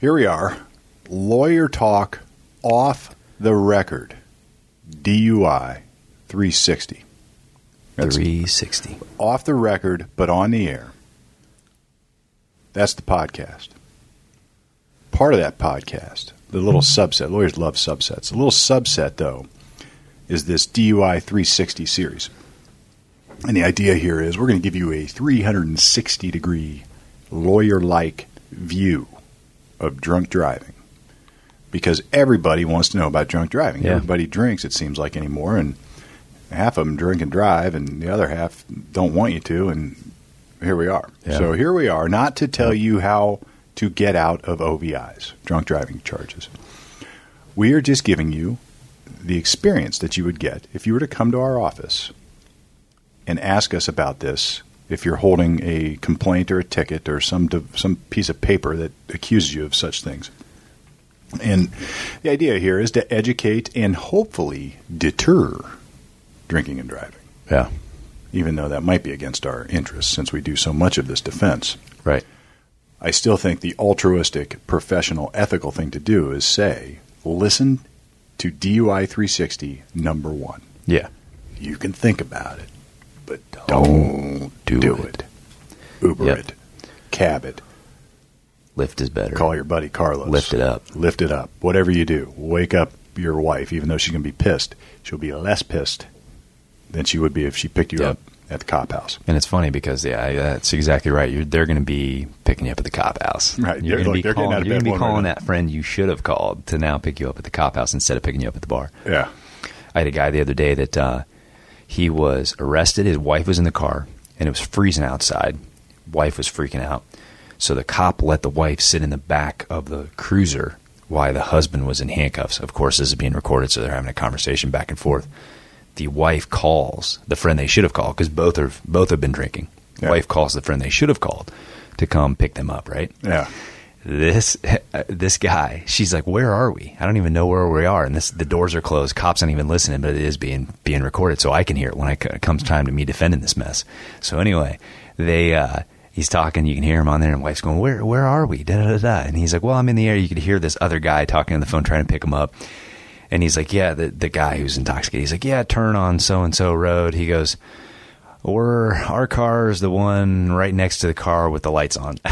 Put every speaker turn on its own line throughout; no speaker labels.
Here we are. Lawyer talk off the record. DUI 360. That's
360.
off the record, but on the air. That's the podcast. Part of that podcast, the little subset, lawyers love subsets. A little subset, though, is this DUI 360 series. And the idea here is we're going to give you a 360 degree lawyer like view of drunk driving because everybody wants to know about drunk driving.
Yeah.
Everybody drinks, it seems like, anymore. And half of them drink and drive, and the other half don't want you to. And here we are.
Yeah.
So here we are, not to tell you how to get out of OVIs, drunk driving charges. We are just giving you the experience that you would get if you were to come to our office and ask us about this. If you're holding a complaint or a ticket or some some piece of paper that accuses you of such things, and the idea here is to educate and hopefully deter drinking and driving.
Yeah.
Even though that might be against our interests since we do so much of this defense.
Right.
I still think the altruistic, professional, ethical thing to do is say, listen to DUI 360 number one.
Yeah.
You can think about it, but don't,
do
do,
it.
it. Uber
Yep.
it, cab it,
Lift is better.
call your buddy Carlos.
Lift it up.
Lift it up. Whatever you do, wake up your wife, even though she's going to be pissed. She'll be less pissed than she would be if she picked you
Yep.
up at the cop house.
And it's funny because yeah, I- that's exactly right. You're, they're going to be picking you up at the cop house.
Right.
You're
They're like,
going to be
they're getting out
calling,
of
you're
bed
gonna be
one
calling
way or
that friend you should have called to now pick you up at the cop house instead of picking you up at the bar.
Yeah.
I had a guy the other day that uh, he was arrested. His wife was in the car, and it was freezing outside. Wife was freaking out, so the cop let the wife sit in the back of the cruiser while the husband was in handcuffs. Of course, this is being recorded, so they're having a conversation back and forth. The wife calls the friend they should have called because both are both have been drinking.
Yeah.
Wife calls the friend they should have called to come pick them up. Right?
Yeah.
this this guy she's like where are we i don't even know where we are and this the doors are closed cops aren't even listening but it is being being recorded so i can hear it when I, it comes time to me defending this mess so anyway they uh he's talking you can hear him on there and wife's going where where are we da, da, da, da. and he's like well i'm in the air you could hear this other guy talking on the phone trying to pick him up and he's like yeah the, the guy who's intoxicated he's like yeah turn on so and so road he goes or our car is the one right next to the car with the lights on.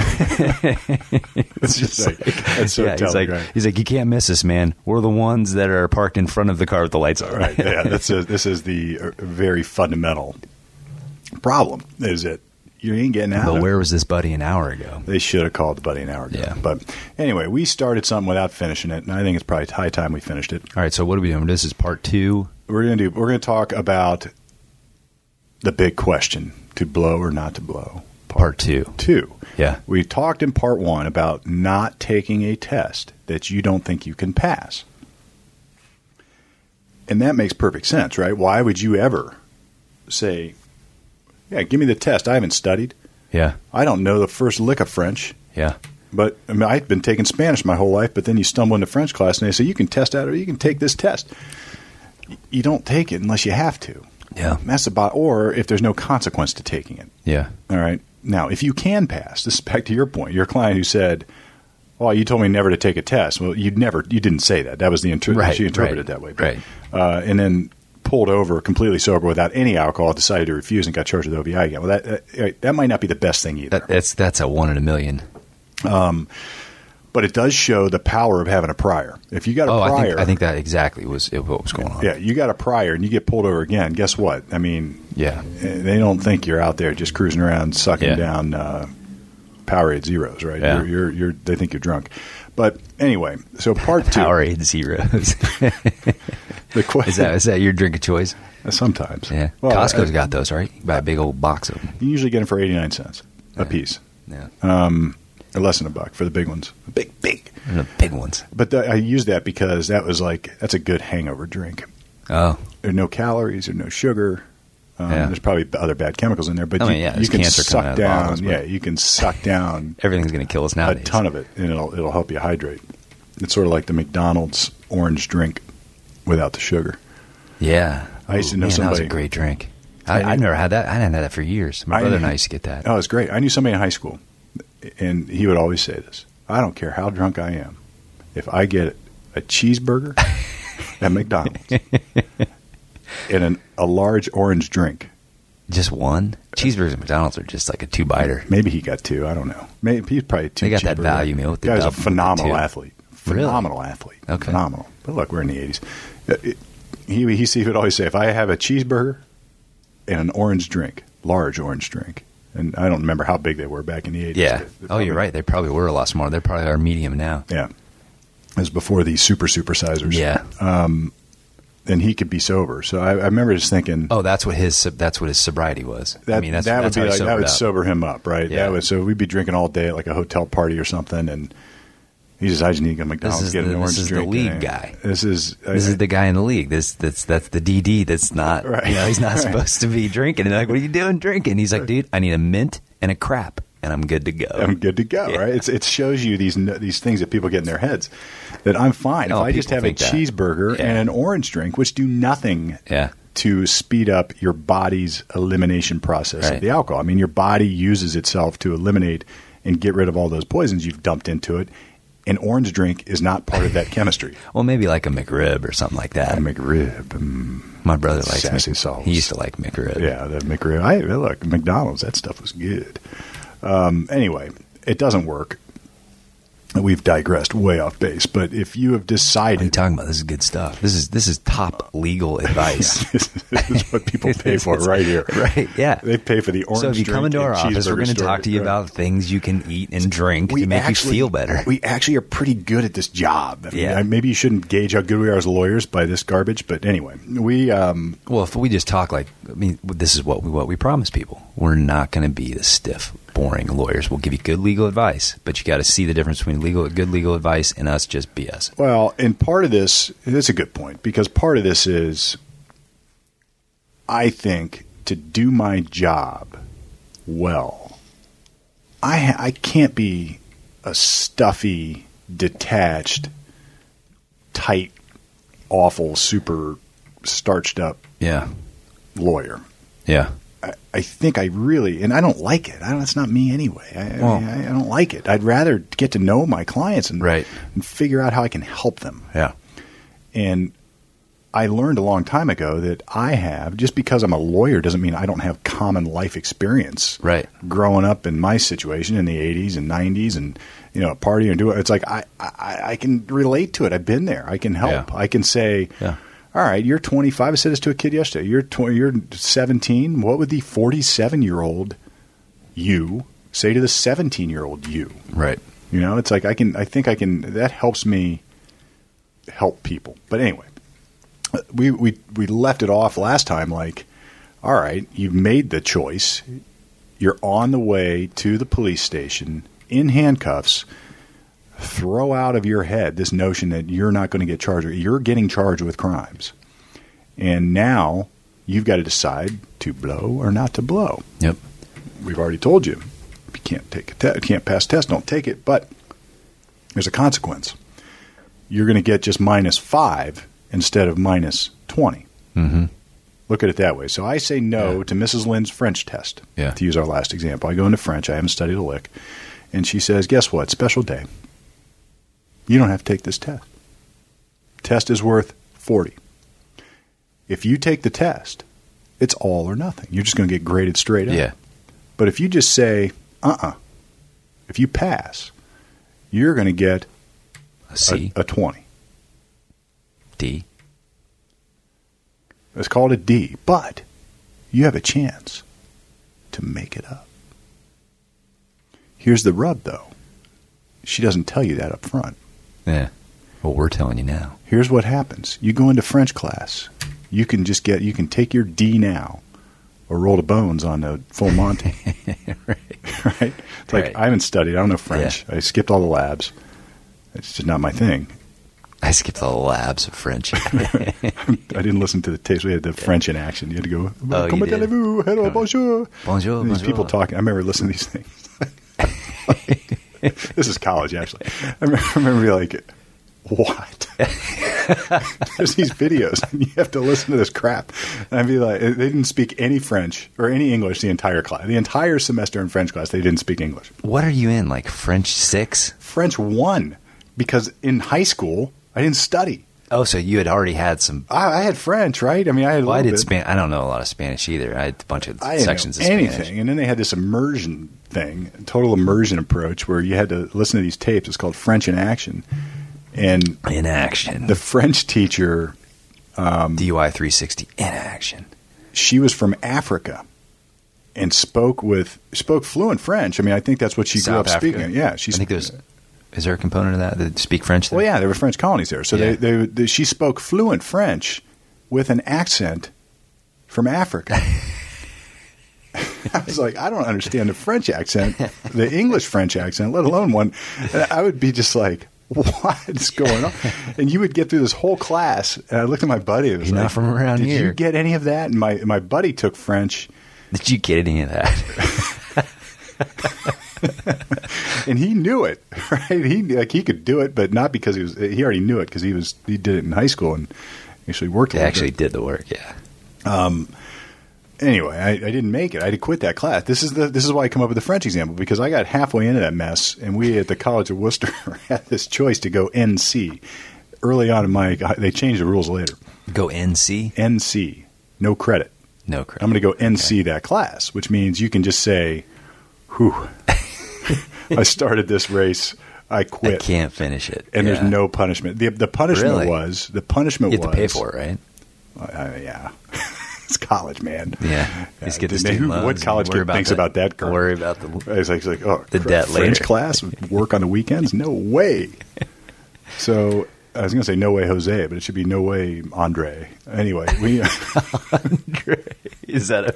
It's just like, that's so
he's like,
telegraphed.
he's like, you can't miss us, man. We're the ones that are parked in front of the car with the lights on.
right. Yeah, this is this is the uh, very fundamental problem. Is that you ain't getting out?
But
of it.
where was this buddy an hour ago?
They should have called the buddy an hour ago.
Yeah.
But anyway, we started something without finishing it, and I think it's probably high time we finished it.
All right, so what are we doing? This is part two.
We're gonna do. We're gonna talk about the big question: to blow or not to blow.
Part two.
Two.
Yeah.
We talked in part one about not taking a test that you don't think you can pass. And that makes perfect sense, right? Why would you ever say, Yeah, give me the test. I haven't studied.
Yeah.
I don't know the first lick of French,
Yeah.
but I mean, I've been taking Spanish my whole life, but then you stumble into French class and they say, You can test out or you can take this test. Y- You don't take it unless you have to.
Yeah.
And That's about, or if there's no consequence to taking it.
Yeah.
All right. Now, if you can pass, this is back to your point. Your client who said, "Well, you told me never to take a test." Well, you never, you didn't say that. That was the inter-
Right,
she interpreted
right,
it that way,
right.
Uh, and then pulled over completely sober without any alcohol, decided to refuse, and got charged with OVI again. Well, that uh, that, that might not be the best thing either,
That, uh, that's that's a one in a million.
but it does show the power of having a prior. If you got a
oh,
prior,
I think I think that exactly was it, what was going on.
yeah, you got a prior, and you get pulled over again. Guess what? I mean,
Yeah.
they don't think you're out there just cruising around sucking
Yeah.
down uh, Powerade zeros, right?
Yeah.
You're, you're, you're, they think you're drunk. But anyway, so part two,
Powerade zeros.
the question
is that is that your drink of choice?
sometimes,
Yeah.
Well,
Costco's
uh,
got those, right? You buy a big old box of them.
you usually get them for eighty nine cents a piece,
Yeah.
or less than a buck for the big ones, the big big.
They're the big ones.
But the, I used that because that was like that's a good hangover drink.
Oh,
There are no calories, there are no sugar. Um,
Yeah.
There's probably other bad chemicals in there, but
I
you,
mean, yeah,
you
there's
can
cancer coming
suck
out of the
down.
bottles, but-
yeah, you can suck down
everything's going to kill us
a
nowadays.
ton of it, and it'll it'll help you hydrate. It's sort of like the McDonald's orange drink without the sugar.
Yeah.
I used to know
man, That was a
somebody-
great drink. I,
I-
I, never had that. I didn't have that for years. My
I-
brother and I used to get that.
Oh, it's great. I knew somebody in high school, and he would always say this: I don't care how drunk I am. If I get a cheeseburger at McDonald's and an, a large orange drink,
Just one cheeseburgers at McDonald's are just like a two biter.
maybe he got two. I don't know. Maybe he's probably two.
They got that
cheeseburger.
value meal with the
Guy's a
double,
phenomenal
too.
athlete.
Really?
Phenomenal athlete.
Okay.
Phenomenal. But look, we're in the eighties. Uh, He he, he would always say, if I have a cheeseburger and an orange drink, large orange drink, and I don't remember how big they were back in the eighties.
Yeah. Oh, you're right. They probably were a lot smaller. They probably are medium now.
Yeah. It was before the super supersizers.
Yeah.
And he could be sober. So I, I remember just thinking
Oh, that's what his that's what his sobriety was.
that,
I mean, that's,
that
that's
would
how
be like, that
he sobered
would
up.
sober him up, right?
Yeah.
That would so we'd be drinking all day at like a hotel party or something and he says, I just need to go to McDonald's
is
get
the-
an
this
orange
is the
drink.
lead
and-
guy.
This is
this
I-
is the guy in the league. This that's that's the DD. That's not
Right.
you know he's not
Right.
supposed to be drinking. And they're like, what are you doing drinking? He's like, dude, I need a mint and a crap, and I'm good to go.
I'm good to go,
Yeah.
right? It's, it shows you these n- these things that people get in their heads that I'm fine
Oh,
if I just
people
have a
think that.
cheeseburger
Yeah.
and an orange drink, which do nothing
Yeah.
to speed up your body's elimination process
Right.
of the alcohol. I mean, your body uses itself to eliminate and get rid of all those poisons you've dumped into it. An orange drink is not part of that chemistry.
Well, maybe like a McRib or something like that.
A McRib, mm,
My brother likes
Sassy
Mc-
sauce.
He used to like McRib.
yeah, that McRib. I look McDonald's. That stuff was good. Um, anyway, it doesn't work. We've digressed way off base, but if you have
What are you
decided
talking about? This is good stuff. This is this is top legal advice.
this is what people pay for right here,
Right, yeah.
they pay for the orange.
so if you
drink
come into
and
our office, we're
cheeseburger
going to
story,
talk to you
right?
about things you can eat and drink to make
actually-
you feel better.
We actually are pretty good at this job. I mean,
Yeah.
I- maybe you shouldn't gauge how good we are as lawyers by this garbage, but anyway, we um,
well, if we just talk like, I mean, this is what we what we promise people. We're not going to be the stiff, boring lawyers. We'll give you good legal advice, but you got to see the difference between legal good legal advice and us just BS.
well, and part of this that's a good point because part of this is, I think, to do my job well, I I can't be a stuffy, detached, tight, awful, super starched up
Yeah,
lawyer.
yeah.
I, I think I really, and I don't like it. I don't, it's not me anyway. I, I
Well-
mean, I, I don't like it. I'd rather get to know my clients and,
Right.
and figure out how I can help them.
Yeah.
And I learned a long time ago that I have, just because I'm a lawyer doesn't mean I don't have common life experience.
Right.
Growing up in my situation in the 80s and 90s and, you know, partying and doing it's like I, I, I can relate to it. I've been there. I can help.
Yeah.
I can say,
Yeah.
all right, you're 25. I said this to a kid yesterday. You're, tw- you're 17. What would the 47 year old you say to the 17 year old you?
Right.
You know, it's like I can. I think I can. That helps me help people. But anyway, we we we left it off last time. Like, all right, you've made the choice. You're on the way to the police station in handcuffs. Throw out of your head this notion that you're not going to get charged. or You're getting charged with crimes, and now you've got to decide to blow or not to blow
Yep.
we've already told you if you can't take a te- can't pass test, don't take it. But there's a consequence. You're going to get just minus five instead of minus twenty.
Mm-hmm.
Look at it that way. So I say no to Mrs. Lynn's French test.
Yeah.
To use our last example, I go into French. I haven't studied a lick, and she says, "Guess what? Special day. You don't have to take this test. Test is worth forty. If you take the test, it's all or nothing. You're just going to get graded straight up.
Yeah.
But if you just say, uh uh if you pass, you're going to get a,
C
a 20.
D.
It's called a D, but you have a chance to make it up. Here's the rub, though. She doesn't tell you that up front.
Yeah. Well, we're telling you now.
Here's what happens you go into French class, you can just get, you can take your D now or roll the bones on the full Monty.
right.
right? It's like
Right.
I haven't studied. I don't know French. I skipped all the labs. It's just not my thing.
I skipped all the labs of French.
I didn't listen to the tapes. We had the French in action. You had to go.
Oh, you
Comment
did.
allez-vous? Hello, bonjour.
Bonjour,
And These
bonjour.
people talking. I remember listening to these things. this is college, actually. I remember, I remember being like, "What? there's these videos and you have to listen to this crap. And I'd be like, they didn't speak any French or any English the entire class, the entire semester in French class. They didn't speak English.
What are you in? Like French six?
French one, because in high school I didn't study.
Oh, so you had already had some.
I, I had French, right? I mean, I had. a
Well, I
little
did
bit.
Span. I don't know a lot of Spanish either. I had a bunch of
I didn't know
sections of
anything.
Spanish.
And then they had this immersion thing, total immersion approach, where you had to listen to these tapes. It's called French in Action, and
In action.
the French teacher Um,
DUI 360 in action.
she was from Africa and spoke with spoke fluent French. I mean, I think that's what she grew up
South Africa.
speaking. Yeah, she
I think
sp-
there's. Is there a component of that that speak French? There?
Well, Oh, yeah, there were French colonies there, so they,
Yeah.
they, they she spoke fluent French with an accent from Africa. I was like, I don't understand the French accent, the English French accent, let alone one. And I would be just like, what is going on? And you would get through this whole class. And I looked at my buddy. and was
You're not
like,
from around
Did
here."
you get any of that? And my my buddy took French.
Did you get any of that?
and he knew it, right? He like he could do it, but not because he was. He already knew it because he was he did it in high school and actually worked. a
they
little
actually did the work. Yeah.
bit. anyway, I, I didn't make it. I had to quit that class. This is the this is why I come up with the French example because I got halfway into that mess, and we at the College of Worcester had this choice to go NC. Early on in my, they changed the rules later.
Go NC.
NC, no credit.
No credit.
I'm going to go NC that class, which means you can just say, "Whew, I started this race." I
I
quit.
can't finish it.
and
Yeah.
there's no punishment. The, the punishment
Really?
was the punishment
You have to
was
pay for it, right?
Uh, yeah, it's college, man.
Yeah. Just get the
Who-
student
what
loans and
college
worry
kid thinks
the-
about that crap?
Worry about the.
It's like, it's like oh,
The
crap,
debt
French
later.
class, work on the weekends? No way. So I was going to say no way, Jose, but it should be no way, Andre. Anyway, we
Is that a?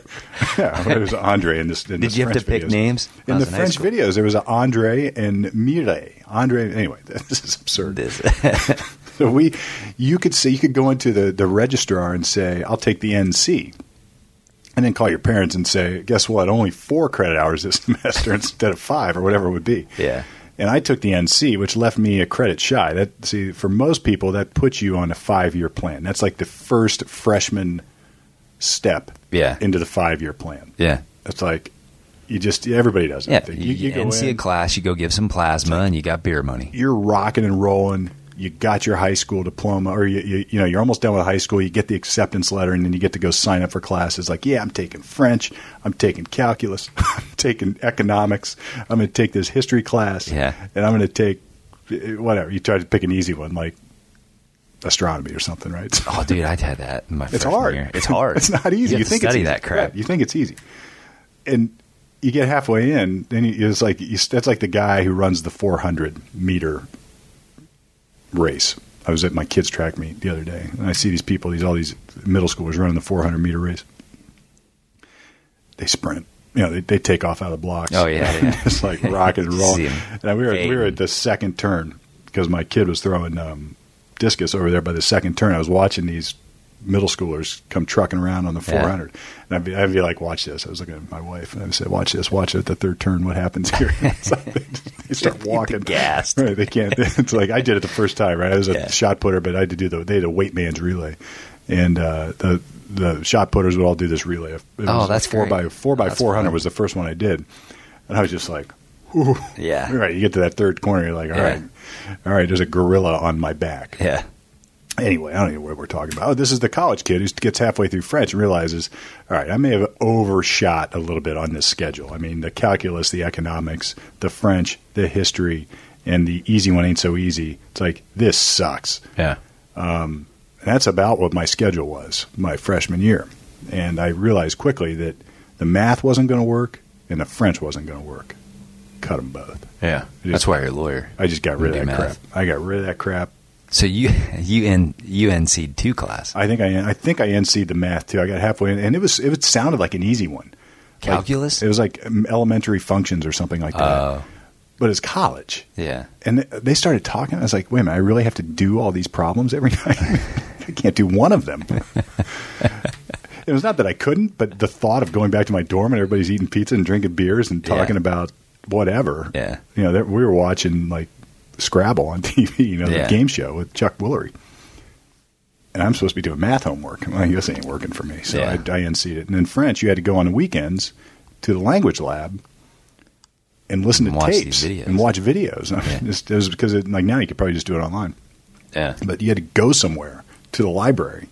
yeah, it was Andre in this. In
Did
this
you have to
French
pick
videos.
names? When
In the
I was high
French
school?
videos, there was a Andre and Mire. Andre, anyway, this is absurd.
This.
So we, you could say you could go into the the registrar and say, "I'll take the NC," and then call your parents and say, "Guess what? Only four credit hours this semester instead of five or whatever it would be."
Yeah.
And I took the NC, which left me a credit shy. That see, for most people, that puts you on a five year plan. That's like the first freshman step
Yeah.
into the five year plan.
Yeah.
It's like you just everybody does it.
Yeah.
You,
You,
you go
NC a
in,
class. You go give some plasma, and you got beer money.
you're rocking and rolling. You got your high school diploma, or you, you, you know you're almost done with high school. You get the acceptance letter, and then you get to go sign up for classes. Like, yeah, I'm taking French, I'm taking calculus, I'm taking economics, I'm going to take this history class,
Yeah.
and I'm going to take eh, whatever. You try to pick an easy one, like astronomy or something, right?
Oh, dude, I had that in my
It's
freshman
hard.
year. It's hard.
it's not easy.
You,
You,
have to
think
study
it's easy.
that crap.
Yeah, you think it's easy, and you get halfway in, then you, it's like you, that's like the guy who runs the 400 meter race. I was at my kids' track meet the other day, and I see these people, these all these middle schoolers running the 400 meter race. They sprint. You know, they, they take off out of blocks.
Oh, yeah, yeah.
it's like rock and roll.
See 'em
And we were we were
fading.
at the second turn because my kid was throwing um, discus over there by the second turn. I was watching these middle schoolers come trucking around on the
Yeah.
400. And I'd be, I'd be like, watch this. I was looking at my wife and I said, watch this, watch it at the third turn. What happens here? It's like they, they start walking.
gassed.
Right. They can't. It's like I did it the first time, right? I was a
Yeah.
shot putter, but I had to do the, they had a weight man's relay. And uh, the, the shot putters would all do this relay. It was
Oh,
a
that's
four
great.
by four by
That's
four hundred
fun.
was the first one I did, and I was just like, Whew.
Yeah.
right. You get to that third corner, you're like, all
Yeah.
right, all right. There's a gorilla on my back.
Yeah.
Anyway, I don't know what we're talking about. Oh, this is the college kid who gets halfway through French and realizes, all right, I may have overshot a little bit on this schedule. I mean, the calculus, the economics, the French, the history, and the easy one ain't so easy. It's like this sucks.
Yeah.
And that's about what my schedule was my freshman year. And I realized quickly that the math wasn't going to work and the French wasn't going to work. Cut them both.
Yeah. That's why you're a lawyer.
I just got rid of
Do
that crap.
math.
I got rid of that crap.
So you you in you NC'd two class.
I think I I think I NC'd the math too. I got halfway in, and it was it sounded like an easy one. Like,
Calculus?
it was like um, elementary functions or something like that.
Oh.
but it's college.
yeah.
And th- they started talking. I was like, wait a minute, I really have to do all these problems every night? I can't do one of them. it was not that I couldn't, but the thought of going back to my dorm and everybody's eating pizza and drinking beers and
Yeah.
talking about whatever.
Yeah.
You know, that- we were watching like Scrabble on TV, you know,
Yeah.
the game show with Chuck Woolery. and I'm supposed to be doing math homework. I'm like, this ain't working for me. So
Yeah.
I, I unseated it. And in French, you had to go on weekends to the language lab and listen
And
to
watch
tapes
these videos.
and watch videos. I mean,
Yeah.
just- it was because it, like now you could probably just do it online,
Yeah.
but you had to go somewhere to the library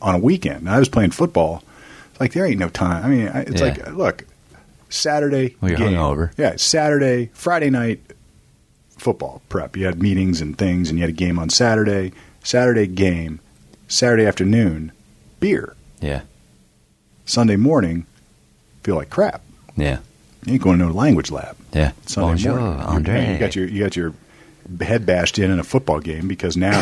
on a weekend. And I was playing football. It's like there ain't no time. I mean, I- it's
Yeah.
like look, Saturday
Well, you're
game.
hungover.
Yeah, Saturday, Friday night football prep. You had meetings and things, and you had a game on Saturday. Saturday game, Saturday afternoon, beer.
Yeah.
Sunday morning, feel like crap.
Yeah.
You ain't going to no language lab.
Yeah.
Sunday
Bonjour,
morning. You-
Andre.
You got your you got your head bashed in in a football game because now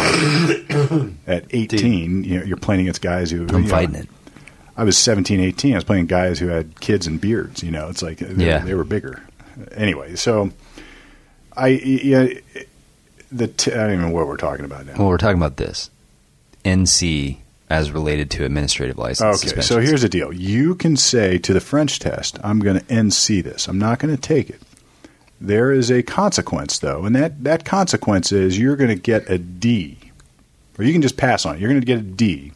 at 18 you know, you're playing against guys who
I'm
you know,
fighting it.
I was 17, 18. I was playing guys who had kids and beards. You know, it's like they,
Yeah.
they were bigger. Anyway, so I yeah, the t- I don't even know what we're talking about now.
Well, we're talking about this. NC as related to administrative license.
Okay, so here's the deal. You can say to the French test, I'm going to NC this. I'm not going to take it. There is a consequence, though, and that, that consequence is you're going to get a D. Or you can just pass on it. You're going to get a D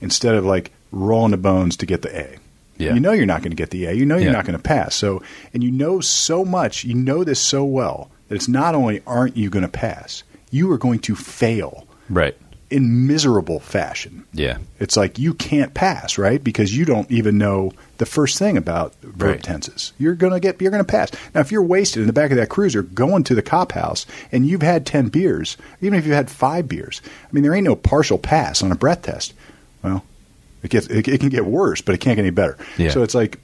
instead of like rolling the bones to get the A.
Yeah.
You know you're not going to get the A. You know you're
Yeah.
not going to pass. So, and you know so much, you know this so well that it's not only aren't you going to pass, you are going to fail
Right.
in miserable fashion
Yeah.
it's like you can't pass, right? Because you don't even know the first thing about verb
Right.
tenses. You're gonna get you're gonna pass. Now if you're wasted in the back of that cruiser going to the cop house and you've had ten beers, even if you've had five beers, I mean there ain't no partial pass on a breath test. Well, it gets it, it can get worse, but it can't get any better.
Yeah.
So it's like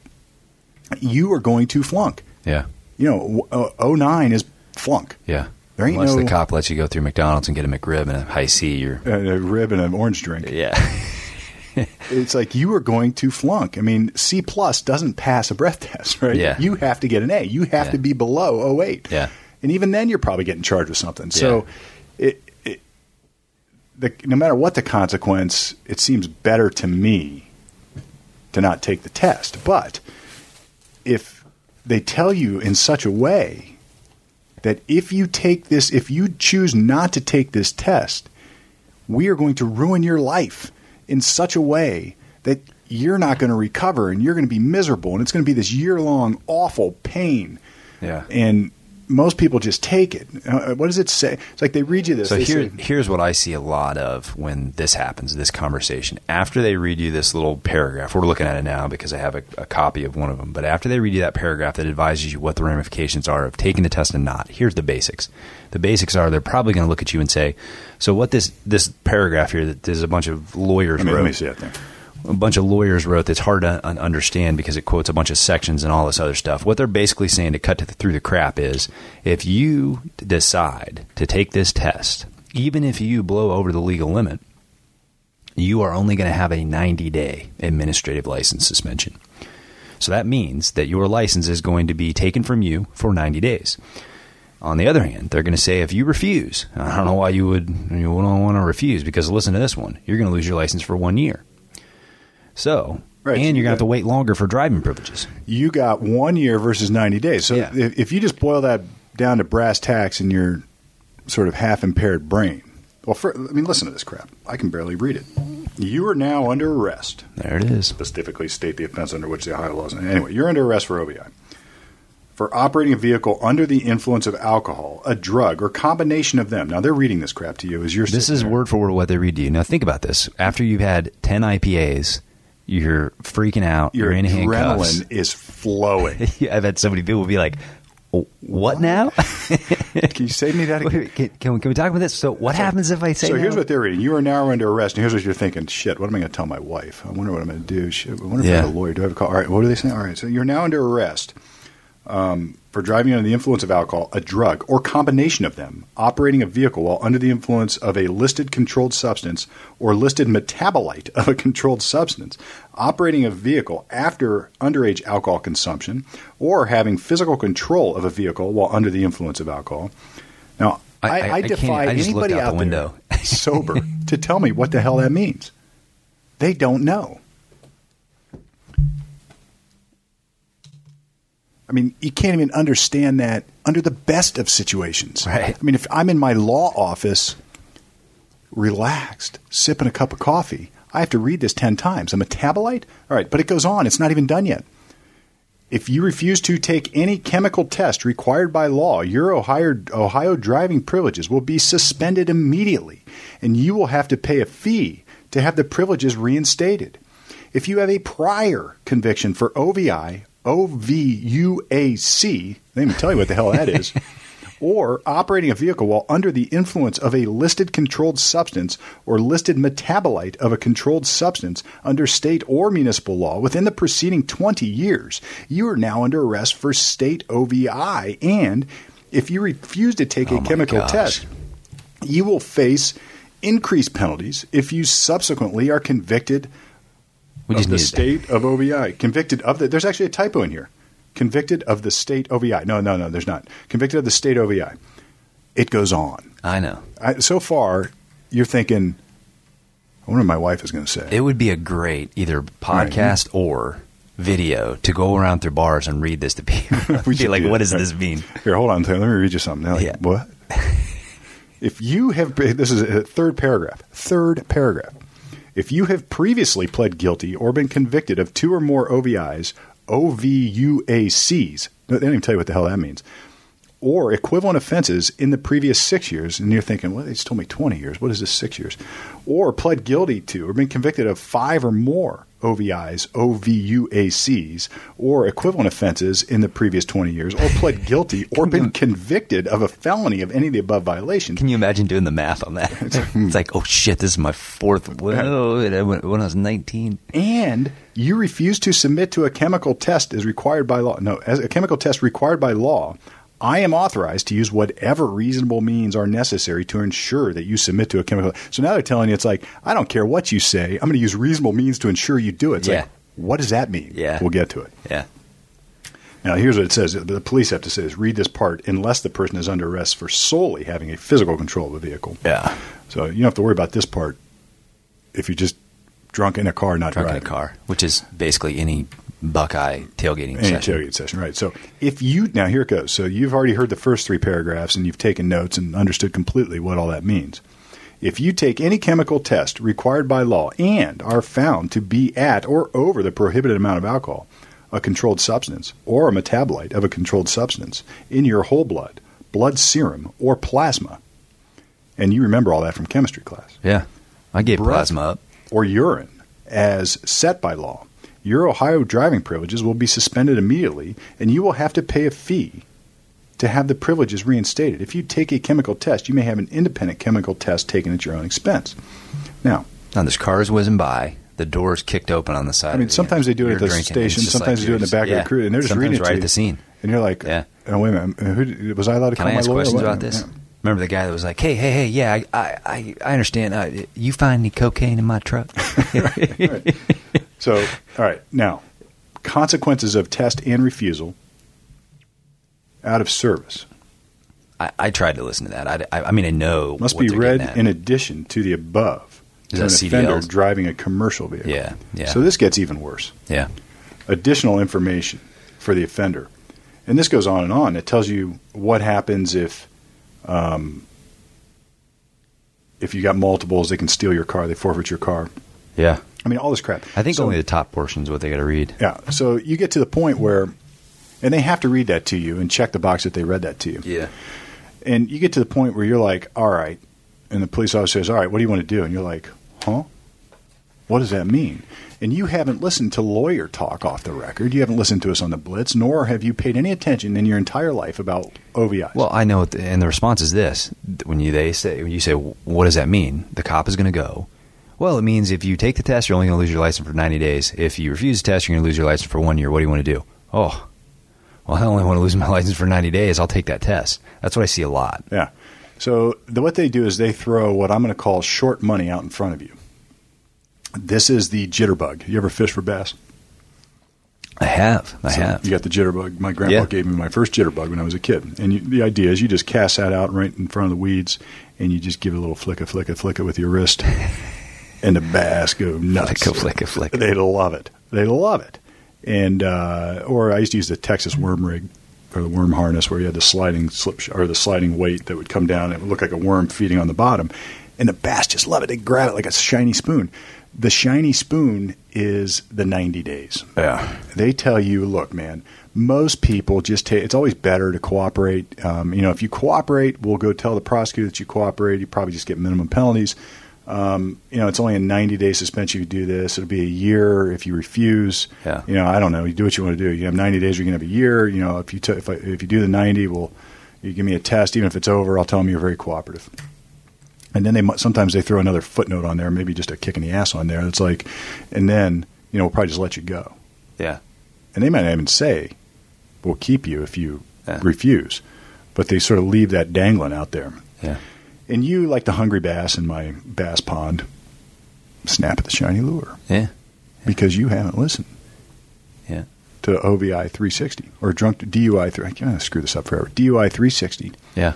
you are going to flunk.
Yeah.
You know, w- uh, 09 is flunk.
Yeah.
There ain't
Unless
no
the cop lets you go through McDonald's and get a McRib and a high C, you're.
uh, a rib and an orange drink.
Yeah.
it's like you are going to flunk. I mean, C plus doesn't pass a breath test, right?
Yeah.
You have to get an A. You have
Yeah.
to be below 08.
Yeah.
And even then, you're probably getting charged with something. So, it, it, the, no matter what the consequence, it seems better to me to not take the test. But if they tell you in such a way that if you take this, if you choose not to take this test, we are going to ruin your life in such a way that you're not going to recover and you're going to be miserable and it's going to be this year long awful pain.
Yeah.
And most people just take it. Uh, what does it say? It's like they read you this.
So
they
here,
say-
here's what I see a lot of when this happens, this conversation. After they read you this little paragraph, we're looking at it now because I have a, a copy of one of them. But after they read you that paragraph that advises you what the ramifications are of taking the test and not, here's the basics. The basics are they're probably going to look at you and say, "So what this this paragraph here that there's a bunch of lawyers
I mean, let
wrote-
me see that thing.
a bunch of lawyers wrote that's hard to un- understand because it quotes a bunch of sections and all this other stuff. What they're basically saying to cut to the, through the crap is if you decide to take this test, even if you blow over the legal limit, you are only going to have a 90 day administrative license suspension. So that means that your license is going to be taken from you for 90 days. On the other hand, they're going to say if you refuse, I don't know why you would you wouldn't want to refuse because listen to this one, you're going to lose your license for one year. So,
Right, so
and
you
you're going to have to
got-
wait longer for driving privileges.
You got one year versus 90 days. So
Yeah.
if, if you just boil that down to brass tacks in your sort of half impaired brain, well, for, I mean, listen to this crap. I can barely read it. You are now under arrest.
There it is.
specifically state the offense under which the Ohio laws. Anyway, you're under arrest for OBI for operating a vehicle under the influence of alcohol, a drug, or combination of them. Now they're reading this crap to you as you're.
This
sitting
is
there.
word for word what they read to you. Now think about this. After you've had 10 IPAs, you're freaking out.
Your
you're in handcuffs.
adrenaine is flowing.
Yeah, I've had so many people be like, "Oh, "What now?
Can you say me that
Wait,
again?
wait, can, can, we, can we talk about this? So, what happens if I say?"
So
no?
here's what they're reading. You are now under arrest, and here's what you're thinking. Shit, what am I going to tell my wife? I wonder what I'm going to do. Shit, I wonder if I
Yeah.
have a lawyer. Do I have a call? All right, what do they say? All right, so you're now under arrest um, for driving under the influence of alcohol, a drug, or combination of them, operating a vehicle while under the influence of a listed controlled substance or listed metabolite of a controlled substance, operating a vehicle after underage alcohol consumption, or having physical control of a vehicle while under the influence of alcohol. Now,
I-
I,
I-
I,
I can't-
defy
I just looked
anybody
out the
out,
window.
there sober to tell me what the hell that means. They don't know. I mean, you can't even understand that under the best of situations.
Right.
I mean, if I'm in my law office relaxed, sipping a cup of coffee. I have to read this 10 times. A metabolite? All right, but it goes on. It's not even done yet. If you refuse to take any chemical test required by law, your Ohio, Ohio driving privileges will be suspended immediately, and you will have to pay a fee to have the privileges reinstated. If you have a prior conviction for OVI, OVUAC, they even tell you what the hell that is, or operating a vehicle while under the influence of a listed controlled substance or listed metabolite of a controlled substance under state or municipal law within the preceding 20 years, you are now under arrest for state OVI. And if you refuse to take
Oh
a
my
chemical
gosh.
test, you will face increased penalties if you subsequently are convicted
We
of
just
the
need
state of OVI. Convicted of the. There's actually a typo in here. Convicted of the state OVI. No, no, no. There's not. Convicted of the state OVI. It goes on.
I know.
I, so far, you're thinking. I wonder what my wife is going to say.
It would be a great either podcast or video to go around through bars and read this to people.
We
be
should
like,
do
what
that,
does
right.
this mean?
Here, hold on. Taylor, Let me read you something. They're like,
Yeah.
What? if you have, this is a third paragraph. Third paragraph. If you have previously pled guilty or been convicted of two or more OVIs, OVUACs, no, they don't even tell you what the hell that means, or equivalent offenses in the previous six years, and you're thinking, well, they just told me 20 years. What is this six years? Or pled guilty to or been convicted of five or more OVIs, OVUACs, or equivalent offenses in the previous 20 years, or pled guilty or been convicted of a felony of any of the above violations.
Can you imagine doing the math on that?
hmm.
it's like, oh shit, this is my fourth. Whoa, and I went- when I was 19.
and you refuse to submit to a chemical test as required by law. No, as a chemical test required by law, I am authorized to use whatever reasonable means are necessary to ensure that you submit to a chemical. So now they're telling you it's like I don't care what you say. I'm going to use reasonable means to ensure you do it. It's
Yeah.
like what does that mean?
Yeah.
We'll get to it.
Yeah.
Now, here's what it says. The police have to say is read this part unless the person is under arrest for solely having a physical control of a vehicle.
Yeah.
So you don't have to worry about this part if you're just drunk in a car, not
Drunk
driving.
in a car, which is basically any Buckeye tailgating
Any
session.
tailgate session, right? So if you now here it goes. So you've already heard the first three paragraphs and you've taken notes and understood completely what all that means. If you take any chemical test required by law and are found to be at or over the prohibited amount of alcohol, a controlled substance, or a metabolite of a controlled substance in your whole blood, blood serum, or plasma, and you remember all that from chemistry class
Yeah. I gave
Breath.
plasma up.
or urine as set by law. Your Ohio driving privileges will be suspended immediately, and you will have to pay a fee to have the privileges reinstated. If you take a chemical test, you may have an independent chemical test taken at your own expense.
Now this car's whizzing by. The doors kicked open on the side.
I mean,
of the
sometimes they do it
You're
at the
drinking.
station,
It's just
sometimes
like
they do it in the
you're
back of the
just-
crew, and they're just
sometimes
reading it
right
to
at
you.
the scene.
And you're like,
Yeah.
oh, wait a minute, who, did- was I allowed to
Can
call
I ask
my lawyer?
questions
What-
about this?
yeah.
Remember the guy that was like, "Hey, hey, hey, yeah, I, I, I, I understand. Uh, you find any cocaine in my truck?"
So, all right, now consequences of test and refusal out of service.
I, I tried to listen to that. I, I, I mean, I know
must
what
be
they're
read
getting at.
in addition to the above
Is
to an
that
offender
CDLs?
driving a commercial vehicle.
Yeah, yeah,
So this gets even worse.
yeah.
Additional information for the offender, and this goes on and on. It tells you what happens if, um, if you got multiples, they can steal your car, they forfeit your car.
Yeah.
I mean, all this crap.
I think
So-
only the top portion is what they got to read.
yeah. So you get to the point where, and they have to read that to you and check the box that they read that to you.
Yeah.
and you get to the point where you're like, all right, and the police officer says, all right, what do you want to do? And you're like, huh? What does that mean? And you haven't listened to lawyer talk off the record. You haven't listened to us on the Blitz, nor have you paid any attention in your entire life about OVIs.
Well, I know, what the, and the response is this: when you they say when you say, "What does that mean?" The cop is going to go. Well, it means if you take the test, you're only going to lose your license for 90 days. If you refuse the test, you're going to lose your license for one year. What do you want to do? Oh, well, I only want to lose my license for 90 days. I'll take that test. That's what I see a lot.
yeah. So the, what they do is they throw what I'm going to call short money out in front of you. This is the jitterbug. You ever fish for bass?
I have. I
So
have.
You got the jitterbug. My grandpa
Yeah.
gave me my first jitterbug when I was a kid. And you, the idea is you just cast that out right in front of the weeds and you just give it a little flicka, flicka, flicka with your wrist. and the bass go nuts.
Flicka, flicka, flicka.
They love it. They love it. And, uh, or I used to use the Texas worm rig or the worm harness where you had the sliding slip sh- or the sliding weight that would come down and it would look like a worm feeding on the bottom. and the bass just love it. They grab it like a shiny spoon. The shiny spoon is the 90 days.
Yeah.
They tell you, look, man, most people just take it's always better to cooperate. Um, you know, if you cooperate, we'll go tell the prosecutor that you cooperate. You probably just get minimum penalties. Um, you know, it's only a 90 day suspension if you do this. It'll be a year if you refuse.
Yeah.
You know, I don't know. You do what you want to do. You have 90 days, you're going to have a year. You know, if you, t- if, I, if you do the 90, well, you give me a test. Even if it's over, I'll tell them you're very cooperative. And then they mu- sometimes they throw another footnote on there, maybe just a kick in the ass on there. That's like, and then, you know, we'll probably just let you go.
Yeah.
And they might not even say, we'll keep you if you
Yeah.
refuse. But they sort of leave that dangling out there.
Yeah.
And you, like the hungry bass in my bass pond, snap at the shiny lure
Yeah.
because you haven't listened.
Yeah.
To OVI 360 or drunk DUI. Three, I can't screw this up forever. DUI 360.
Yeah.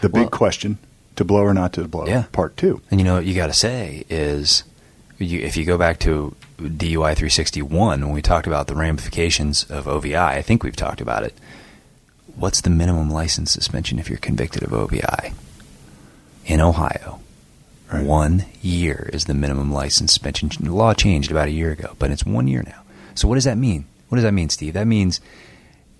The big
Well-
question: to blow or not to blow.
Yeah.
Part two.
And you know what you got to say is, you, if you go back to DUI 361, when we talked about the ramifications of OVI, I think we've talked about it. What's the minimum license suspension if you're convicted of OVI in Ohio?
Right.
One year is the minimum license suspension. The law changed about a year ago, but it's one year now. So what does that mean? What does that mean, Steve? That means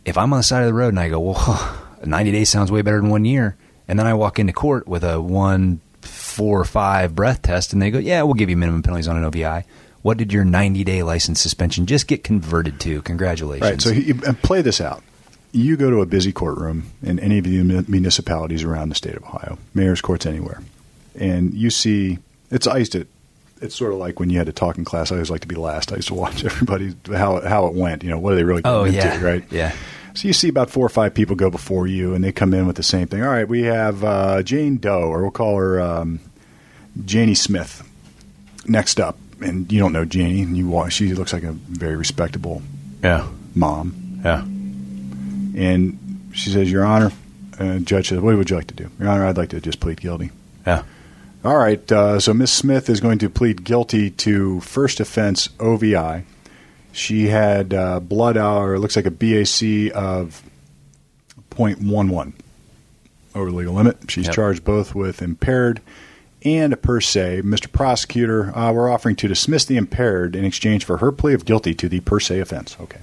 if I'm on the side of the road and I go, well, 90 days sounds way better than one year, and then I walk into court with a one, four, or five breath test, and they go, yeah, we'll give you minimum penalties on an OVI. What did your 90 day license suspension just get converted to? Congratulations.
Right. So he, and play this out. You go to a busy courtroom in any of the mun- municipalities around the state of Ohio, mayor's courts anywhere, and you see it's I used to. It's sort of like when you had a talking class. I always like to be last. I used to watch everybody how how it went. You know, what are they really
oh,
getting
yeah.
into, right?
Yeah.
So you see about four or five people go before you, and they come in with the same thing. All right, we have uh, Jane Doe, or we'll call her um, Janie Smith, next up. And you don't know Janie, and you watch. She looks like a very respectable
Yeah.
mom,
Yeah.
and she says, "Your Honor," uh, judge says, "What would you like to do?" Your Honor, I'd like to just plead guilty.
Yeah.
All right, uh, so Miss Smith is going to plead guilty to first offense OVI. She had uh, blood hour, looks like a BAC of 0.11 over the legal limit. She's
Yep.
charged both with impaired and a per se. Mr. Prosecutor, uh, we're offering to dismiss the impaired in exchange for her plea of guilty to the per se offense. Okay.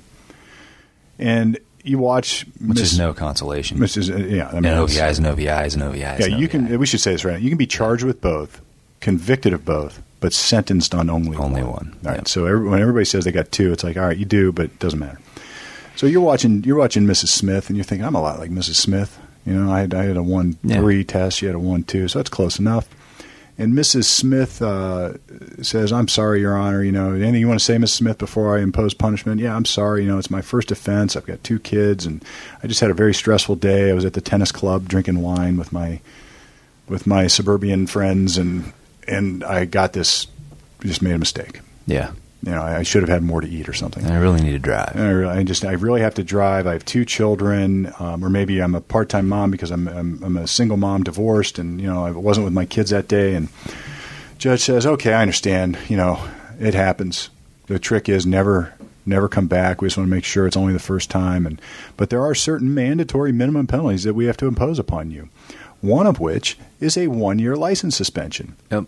And you watch
Which
Miss-
is no consolation.
Mrs. uh, yeah, I mean,
an
it's-
OVI is an OVI is an OVI. is
yeah,
an
you
OVI.
can. We should say this right. now. You can be charged with both, convicted of both, but sentenced on only
Only
one.
one,
All right.
yeah.
So every, when everybody says they got two, it's like, all right, you do, but it doesn't matter. So you're watching. You're watching Mrs. Smith, and you're thinking, I'm a lot like Mrs. Smith. You know, I, had- I had a one
Yeah.
three test. She had a one two, so that's close enough. And Mrs. Smith uh, says, "I'm sorry, Your Honor. You know, anything you want to say, Mrs. Smith, before I impose punishment? Yeah, I'm sorry. You know, it's my first offense. I've got two kids, and I just had a very stressful day. I was at the tennis club drinking wine with my with my suburban friends, and and I got this. Just made a mistake.
Yeah.
You know, I, I should have had more to eat or something.
I really need to drive.
And I, really, I just I really have to drive. I have two children, um, or maybe I'm a part time mom because I'm, I'm I'm a single mom, divorced, and you know I wasn't with my kids that day. And judge says, okay, I understand. You know, it happens. The trick is never never come back. We just want to make sure it's only the first time. And but there are certain mandatory minimum penalties that we have to impose upon you. One of which is a one year license suspension.
Yep.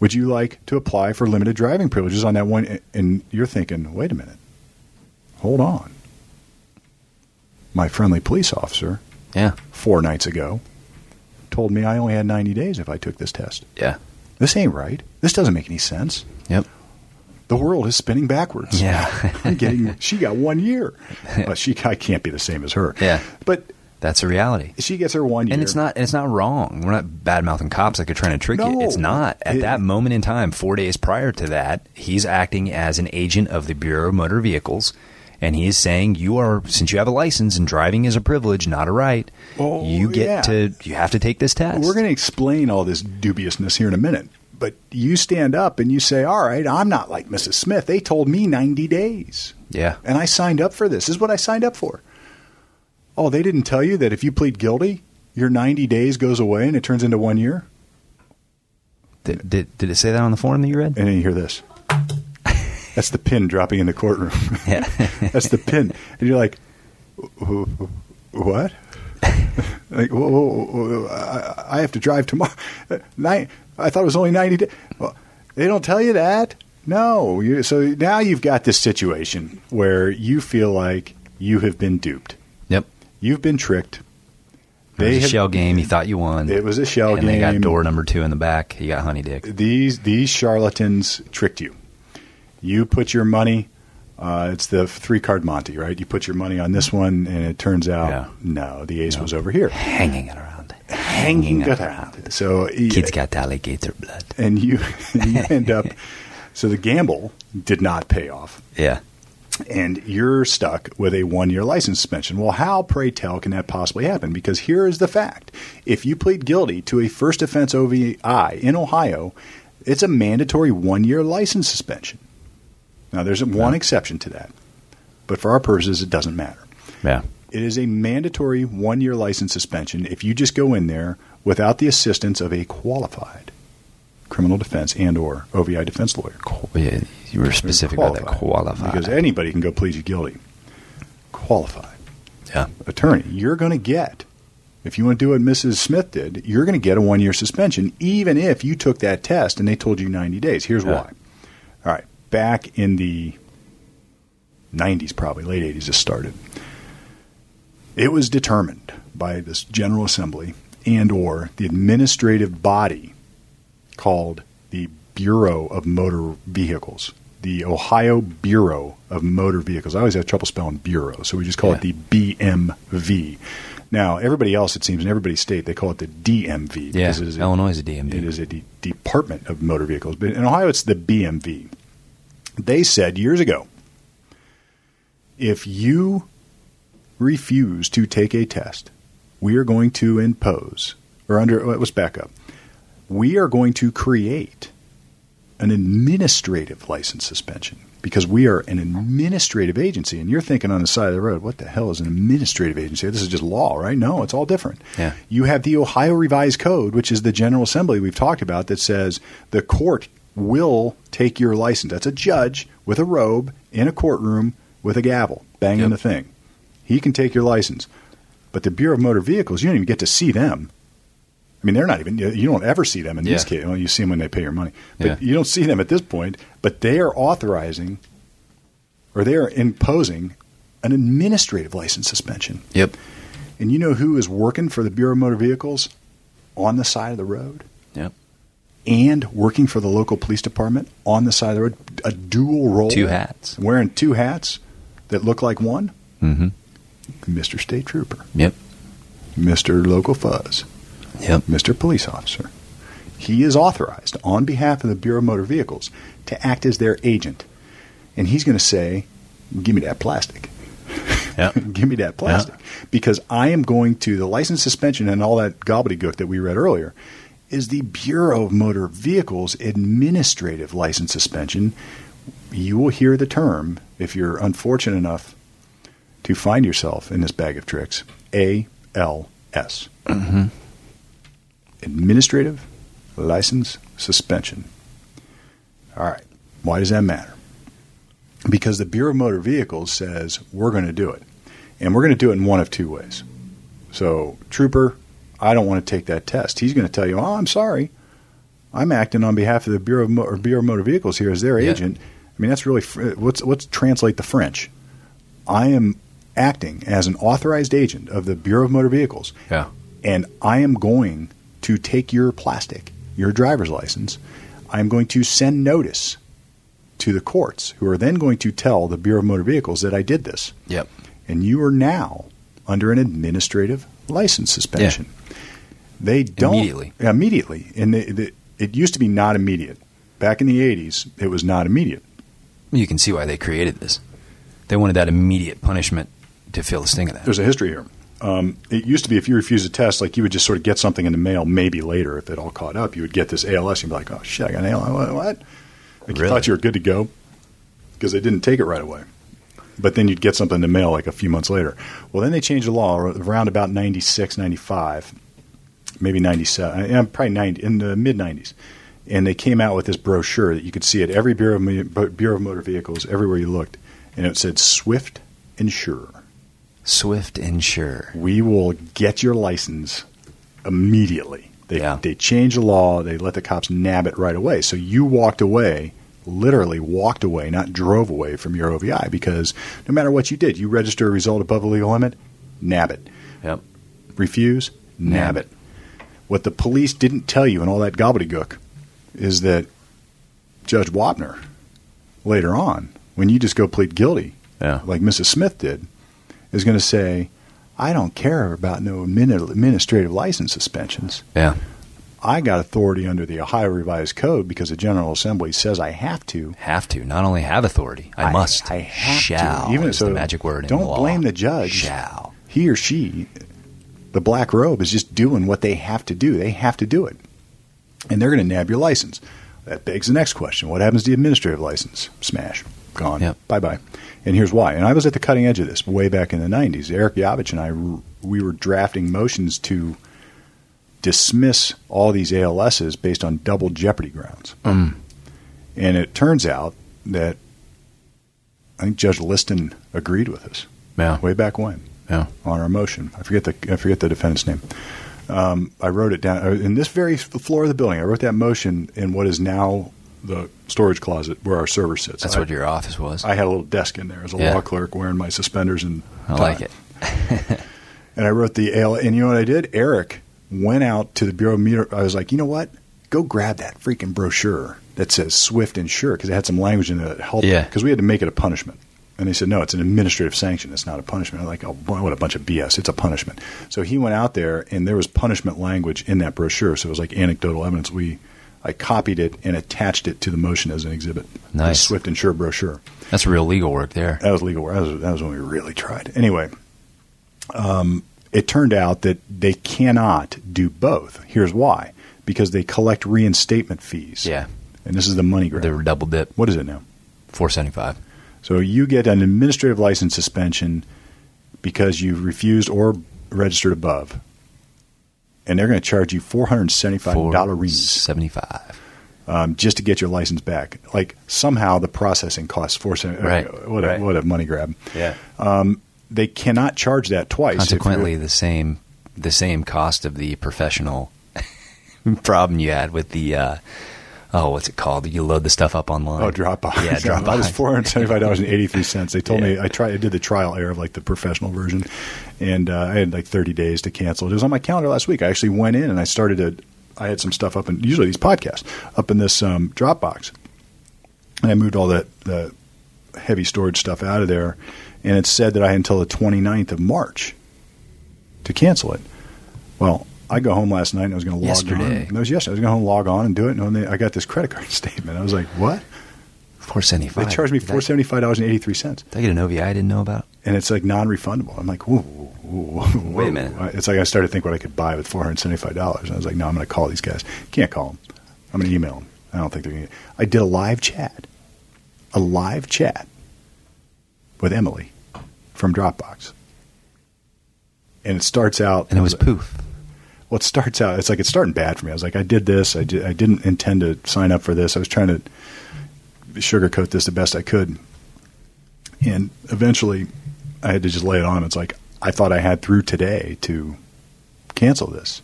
Would you like to apply for limited driving privileges on that one? And you're thinking, wait a minute, hold on. My friendly police officer
Yeah.
four nights ago told me I only had 90 days if I took this test.
Yeah.
This ain't right. This doesn't make any sense.
Yep.
The world is spinning backwards.
Yeah.
I'm getting, she got one year. But she, I can't be the same as her.
Yeah.
But
That's a reality.
she gets her one year.
And it's not and it's not wrong. We're not bad mouthing cops like they're trying to trick
No.
you. It's not. At
It-
that moment in time, four days prior to that, he's acting as an agent of the Bureau of Motor Vehicles, and he is saying you are since you have a license and driving is a privilege, not a right.
Oh,
you get
yeah.
to you have to take this test.
We're going to explain all this dubiousness here in a minute. But you stand up and you say, All right, I'm not like Mrs. Smith. They told me 90 days.
yeah
And I signed up for this. This is what I signed up for. Oh, they didn't tell you that if you plead guilty, your 90 days goes away and it turns into one year?
did, did did it say that on the form that you read?
And then you hear this. That's the pin dropping in the courtroom. That's the pin. And you're like, "Wh- wh- What? like, whoa, whoa, whoa, whoa, I I have to drive tomorrow. Night. I thought it was only ninety days. Well, they don't tell you that. No. You, so now you've got this situation where you feel like you have been duped.
Yep.
You've been tricked.
It was
They
a
have-
shell game. You thought you won.
It was a shell
and they got
game.
door number two in the back. You got Honey Dick.
these these charlatans tricked you. You put your money. Uh, it's the three card Monty, right? You put your money on this one, and it turns out
Yeah.
no, the ace was over here,
Hanging it around.
hanging
it
around. So
Kids got alligator blood.
and you, you end up. So the gamble did not pay off,
Yeah.
and you're stuck with a one year license suspension. Well, how, pray tell, can that possibly happen? Because here is the fact if you plead guilty to a first offense OVI in Ohio, it's a mandatory one year license suspension. Now, there's one exception to that, but for our purposes, it doesn't matter.
Yeah.
It is a mandatory one year license suspension if you just go in there without the assistance of a qualified criminal defense and or OVI defense lawyer.
Qu- yeah, You were specific about that. Qualified.
Because anybody can go plead you guilty. Qualified
yeah.
attorney, you're going to get, if you want to do what Mrs. Smith did, you're going to get a one year suspension, even if you took that test and they told you 90 days. Here's
Yeah.
why. All right. Back in the 90s, probably, late 80s, this started. It was determined by this General Assembly and or the administrative body called the Bureau of Motor Vehicles, the Ohio Bureau of Motor Vehicles. I always have trouble spelling bureau, so we just call it the BMV. Now, everybody else, it seems, in every state, they call it the DMV
Yeah.
it is a-
Illinois is a DMV.
it is a de- Department of Motor Vehicles, but in Ohio, it's the BMV. They said years ago if you refuse to take a test, we are going to impose, or under, oh, let's back up. We are going to create an administrative license suspension because we are an administrative agency. And you're thinking on the side of the road, what the hell is an administrative agency? This is just law, right? No, it's all different.
Yeah.
You have the Ohio Revised Code, which is the General Assembly we've talked about, that says the court will take your license. That's a judge with a robe in a courtroom with a gavel banging
Yep.
the thing. He can take your license. But the Bureau of Motor Vehicles, you don't even get to see them. I mean, they're not even, you don't ever see them in this
Yeah.
case. Well, you see them when they pay your money. But
Yeah.
you don't see them at this point. But they are authorizing or they are imposing an administrative license suspension.
Yep.
And you know who is working for the Bureau of Motor Vehicles on the side of the road?
Yep.
And working for the local police department on the side of the road, a dual role.
Two hats.
Wearing two hats that look like one
Mm-hmm.
Mr. State Trooper,
Yep.
Mr. Local Fuzz,
Yep.
Mr. Police Officer. He is authorized on behalf of the Bureau of Motor Vehicles to act as their agent. And he's going to say, Give me that plastic.
Yeah.
Give me that plastic. Because I am going to, the license suspension and all that gobbledygook that we read earlier is the Bureau of Motor Vehicles administrative license suspension. You will hear the term if you're unfortunate enough to find yourself in this bag of tricks ALS.
Mm-hmm.
Administrative license suspension. All right. Why does that matter? Because the Bureau of Motor Vehicles says we're going to do it. And we're going to do it in one of two ways. So, trooper, I don't want to take that test. He's going to tell you, oh, I'm sorry. I'm acting on behalf of the Bureau of, Mo- or Bureau of Motor Vehicles here as their
Yeah.
agent. I mean, that's really, fr- what's, what's translate the French? I am acting as an authorized agent of the Bureau of Motor Vehicles
Yeah.
and I am going to take your plastic, your driver's license. I'm going to send notice to the courts, who are then going to tell the Bureau of Motor Vehicles that I did this.
Yep.
And you are now under an administrative license suspension. They don't
Immediately.
Immediately, and the, the, it used to be not immediate. Back in the '80s, it was not immediate.
You can see why they created this. They wanted that immediate punishment to feel the sting of that.
There's a history here. Um, it used to be if you refused a test, like you would just sort of get something in the mail, maybe later if it all caught up. You would get this ALS. You'd be like, oh shit, I got an ALS. What? what? Like you
Really?
thought you were good to go because they didn't take it right away. But then you'd get something in the mail like a few months later. Well, then they changed the law around about 96, 95, maybe 97, uh, probably 90, in the mid 90s. And they came out with this brochure that you could see at every Bureau of, Mo- Bureau of Motor Vehicles, everywhere you looked. And it said Swift Insurer
Swift and sure.
we will get your license immediately. They,
Yeah.
they change the law. They let the cops nab it right away. So you walked away, literally walked away, not drove away from your OVI because no matter what you did, you register a result above the legal limit, nab it.
Yep.
Refuse, nab
Nab
it. What the police didn't tell you and all that gobbledygook is that Judge Wapner, later on, when you just go plead guilty,
Yeah.
like Mrs. Smith did, is going to say, I don't care about no admini- administrative license suspensions.
Yeah.
I got authority under the Ohio Revised Code because the General Assembly says I have to.
Have to. Not only have authority, I, must.
I have
shall
to. Even
is
so,
the magic word. in
Don't
law.
blame the judge.
Shall.
He or she, the black robe, is just doing what they have to do. They have to do it. And they're going to nab your license. That begs the next question What happens to the administrative license? Smash. Gone.
Yep.
Bye bye. And here's why. And I was at the cutting edge of this way back in the 90s. Eric Yavich and I, we were drafting motions to dismiss all these ALSs based on double jeopardy grounds.
Mm.
And it turns out that I think Judge Liston agreed with us
Yeah.
way back when
Yeah.
on our motion. I forget the I forget the defendant's name. Um, I wrote it down uh, in this very f- floor of the building. I wrote that motion in what is now the storage closet where our server sits.
That's
I,
what your office was. I,
I had a little desk in there as a
Yeah.
law clerk wearing my suspenders and tie.
like it.
And I wrote the AL. And you know what I did? Eric went out to the Bureau of Meter. I was like, you know what? Go grab that freaking brochure that says Swift and Sure because it had some language in there that helped.
Yeah.
Because we had to make it a punishment. And they said, no, it's an administrative sanction. It's not a punishment. I'm like, oh, boy, what a bunch of BS. It's a punishment. So he went out there and there was punishment language in that brochure. So it was like anecdotal evidence. We, I copied it and attached it to the motion as an exhibit.
Nice.
The Swift and Sure brochure.
That's real legal work there.
That was legal. work. That was, that was when we really tried. Anyway, um, it turned out that they cannot do both. Here's why: because they collect reinstatement fees.
Yeah.
and this is the money grab.
They were double dip.
what is it now?
Four seventy five.
So you get an administrative license suspension because you refused or registered above, and they're going to charge you four hundred seventy-five dollar reinstatement
seventy five.
um, just to get your license back. Like somehow the processing costs four cent.
Right,
What a
right.
what a money grab.
Yeah.
They cannot charge that twice. if you're-
Consequently, the same the same cost of the professional problem you had with the uh, oh, what's it called? You load the stuff up online.
Oh, Dropbox.
Yeah,
That was
Dropbox.
four hundred seventy-five dollars and eighty-three cents. They told me
Yeah.
I tried. I did the trial air of like the professional version, and uh, I had like thirty days to cancel. It was on my calendar last week. I actually went in and I started to. I had some stuff up in usually these podcasts up in this um, Dropbox, and I moved all the the heavy storage stuff out of there, and it said that I had until the 29th of March to cancel it. Well. I go home last night and I was going to log
Yesterday.
on. That was yesterday. I was going to home log on and do it, and then they, I got this credit card statement. I was like, "What?
Four seventy
They
five.
charged me four seventy five dollars and eighty three cents,
Did I get an OVI I didn't know about?
and it's like non refundable. I'm like, whoa, whoa, whoa, whoa.
Wait a minute.
I- It's like I started to think what I could buy with four hundred seventy five dollars, and I was like, no, I'm going to call these guys. Can't call them. I'm going to email them. I don't think they're going to. I did a live chat, a live chat with Emily from Dropbox, and it starts out,
And it was poof.
well, it starts out. It's like it's starting bad for me. I was like, I did this. I, did, I didn't intend to sign up for this. I was trying to sugarcoat this the best I could, and eventually, I had to just lay it on. It's like I thought I had through today to cancel this,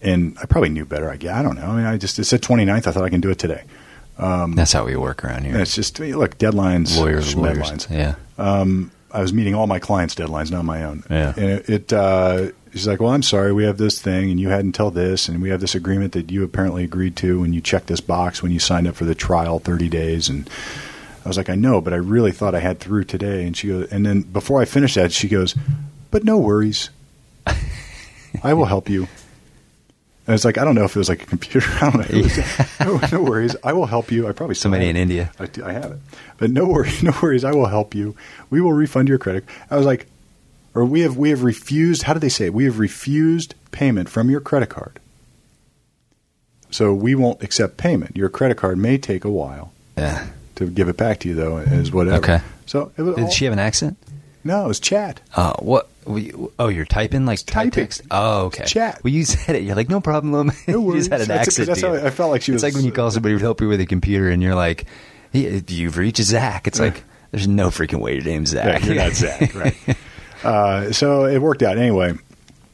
and I probably knew better. I guess I don't know. I mean, I just it said 29th. I thought I can do it today. Um,
That's how we work around
And
here.
it's just I mean, look deadlines,
Lawyers, lawyers.
deadlines.
Yeah.
Um, I was meeting all my clients' deadlines, not my own.
Yeah.
And it, it uh, she's like, "Well, I'm sorry, we have this thing, and you had until this, and we have this agreement that you apparently agreed to, and you checked this box when you signed up for the trial, 30 days." And I was like, "I know, but I really thought I had through today." And she goes, and then before I finished that, she goes, "But no worries, I will help you." And it's like I don't know if it was like a computer. I don't know. It was- no, no worries. I will help you. I probably still
Somebody
have
in
it.
India.
I, do- I have it. But no worries, no worries. I will help you. We will refund your credit. I was like, or we have we have refused. How do they say it? We have refused payment from your credit card. So we won't accept payment. Your credit card may take a while
Yeah.
to give it back to you, though, is whatever.
Okay.
So it was all,
Did she have an accent?
no, it was chat.
Uh, what? we- Oh, you're typing like type
typing.
text. Oh, okay.
chat.
Well, you said it. You're like, no problem.
No
you just had
worries.
an
That's-
accent.
that's
to
how
you.
I felt like she
It's
was- uh,
like when you call somebody to help you with a computer, and you're like, "Yeah, you've reached Zach. It's like there's no freaking way your name's Zach.
Yeah, you're not Zach, right? Uh, so it worked out anyway.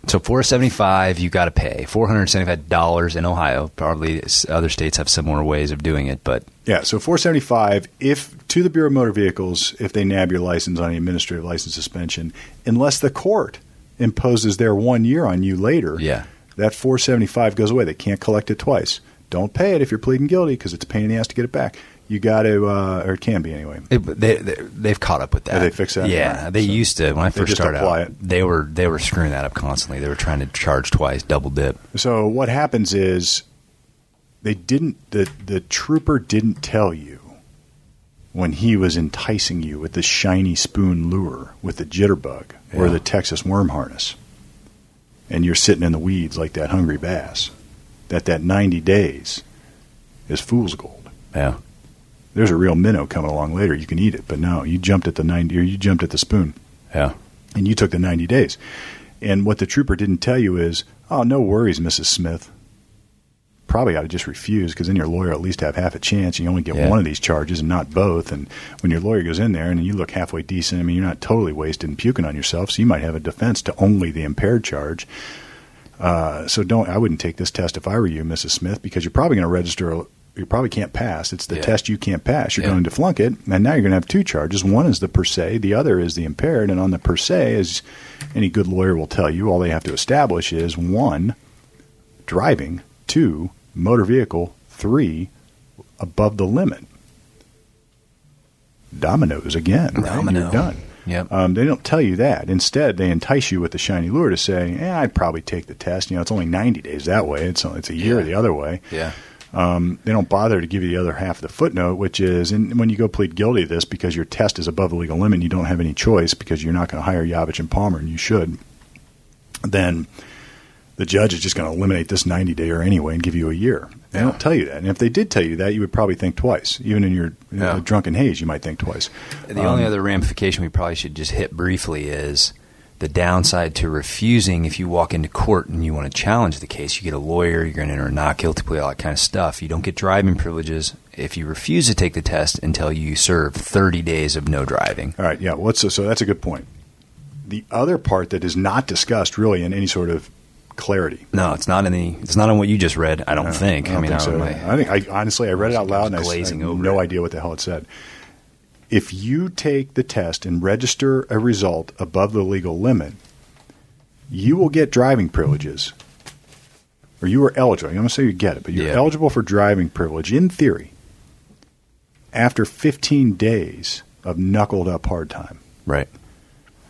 So four seventy five, you got to pay four hundred seventy five dollars in Ohio. Probably s- other states have similar ways of doing it, but
Yeah, so 475 if to the Bureau of Motor Vehicles if they nab your license on an administrative license suspension unless the court imposes their 1 year on you later.
Yeah.
That 475 goes away. They can't collect it twice. Don't pay it if you're pleading guilty because it's a pain in the ass to get it back. You got to uh, or it can be anyway.
it, they, they they've caught up with that.
Oh, they fixed that?
Yeah,
All right.
they
So
used to when I
they
first
just
started
apply
out.
it.
They were they were screwing that up constantly. They were trying to charge twice, double dip.
So what happens is they didn't the the trooper didn't tell you when he was enticing you with the shiny spoon lure with the jitterbug or
Yeah.
the Texas worm harness. And you're sitting in the weeds like that hungry bass. That that 90 days is fool's gold.
Yeah,
There's a real minnow coming along later. You can eat it, but no, you jumped at the 90 or you jumped at the spoon
yeah,
and you took the 90 days. And what the trooper didn't tell you is, oh, no worries, Mrs. Smith. Probably ought to just refuse because then your lawyer will at least have half a chance. And you only get
Yeah.
one of these charges and not both. And when your lawyer goes in there and you look halfway decent, I mean, you're not totally wasted and puking on yourself, so you might have a defense to only the impaired charge. Uh, so don't. I wouldn't take this test if I were you, Mrs. Smith, because you're probably going to register. You probably can't pass. It's the
Yeah.
test you can't pass. You're
Yeah.
going to flunk it, and now you're going to have two charges. One is the per se, the other is the impaired. And on the per se, as any good lawyer will tell you, all they have to establish is one, driving; two, motor vehicle; three, above the limit. Dominoes again. right?
Domino.
You're done.
yep.
Um, they don't tell you that. Instead, they entice you with the shiny lure to say, eh, "I'd probably take the test." You know, it's only ninety days that way. It's it's a year
Yeah.
the other way.
yeah,
Um, they don't bother to give you the other half of the footnote, which is, and when you go plead guilty to this because your test is above the legal limit, you don't have any choice because you're not going to hire Yavich and Palmer, and you should. Then the judge is just going to eliminate this ninety dayer anyway and give you a year. They
Yeah.
don't tell you that, and if they did tell you that, you would probably think twice. Even in your you know,
Yeah.
drunken haze, you might think twice.
The only other ramification we probably should just hit briefly is the downside to refusing if you walk into court and you want to challenge the case. You get a lawyer, you're going to enter a not guilty plea, all that kind of stuff. You don't get driving privileges if you refuse to take the test until you serve 30 days of no driving.
All right, yeah. What's so, so that's a good point. The other part that is not discussed really in any sort of clarity.
No, it's not in the, it's not on what you just read, I don't think. I,
don't
mean,
think
I
so.
don't know.
I think I honestly I read it out loud and I, s- I
Glazing
have
over
no
it.
idea what the hell it said. If you take the test and register a result above the legal limit, you will get driving privileges. Or you are eligible. I'm going to say you get it, but you're
Yeah.
eligible for driving privilege in theory after 15 days of knuckled up hard time.
right.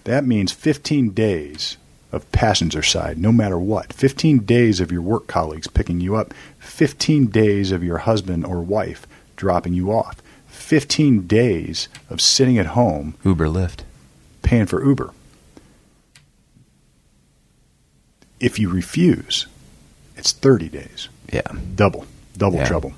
That means 15 days of passenger side, no matter what. 15 days of your work colleagues picking you up. 15 days of your husband or wife dropping you off. 15 days of sitting at home
Uber Lyft.
paying for Uber. If you refuse, it's 30 days
Yeah.
double, double
Yeah.
trouble.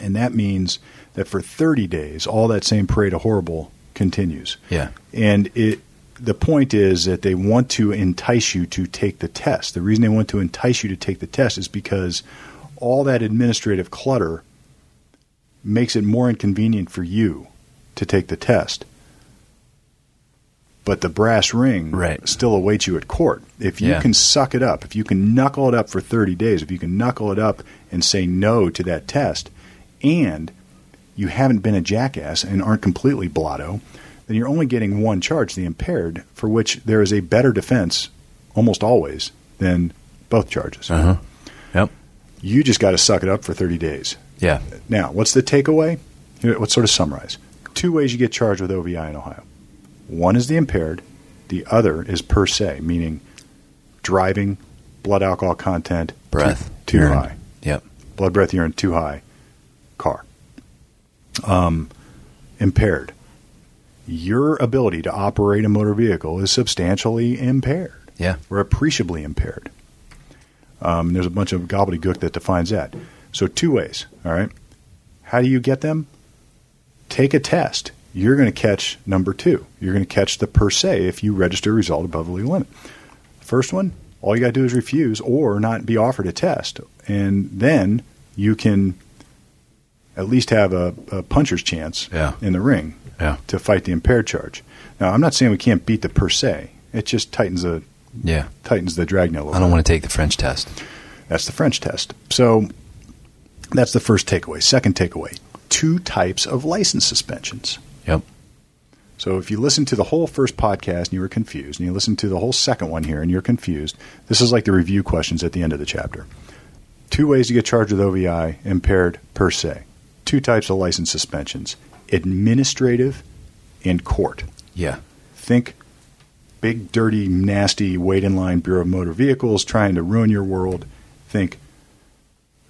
And that means that for 30 days, all that same parade of horrible continues.
Yeah.
And it, the point is that they want to entice you to take the test. The reason they want to entice you to take the test is because all that administrative clutter makes it more inconvenient for you to take the test. But the brass ring
Right.
still awaits you at court. If you
Yeah.
can suck it up, if you can knuckle it up for 30 days, if you can knuckle it up and say no to that test, and you haven't been a jackass and aren't completely blotto, then you're only getting one charge, the impaired, for which there is a better defense almost always than both charges.
Uh huh. Yep.
You just got to suck it up for 30 days.
Yeah.
Now, what's the takeaway? Here, let's sort of summarize. Two ways you get charged with OVI in Ohio. One is the impaired, the other is per se, meaning driving, blood alcohol content,
Breath.
too, too
urine.
high,
Yep.
blood breath urine too high, car. Um, impaired. Your ability to operate a motor vehicle is substantially impaired
Yeah.
or appreciably impaired. Um, there's a bunch of gobbledygook that defines that. So, two ways, all right? How do you get them? Take a test. You're going to catch number two. You're going to catch the per se if you register a result above the legal limit. First one, all you got to do is refuse or not be offered a test. And then you can at least have a, a puncher's chance
Yeah.
in the ring
Yeah.
to fight the impaired charge. Now, I'm not saying we can't beat the per se. It just tightens the
Yeah.
tightens the dragnet a little.
I don't want to take the French test.
That's the French test. So that's the first takeaway. Second takeaway: two types of license suspensions.
Yep.
So if you listen to the whole first podcast and you were confused, and you listen to the whole second one here and you're confused, this is like the review questions at the end of the chapter. Two ways to get charged with OVI impaired per se. Two types of license suspensions: administrative and court.
Yeah.
Think big, dirty, nasty, wait in line Bureau of Motor Vehicles trying to ruin your world. Think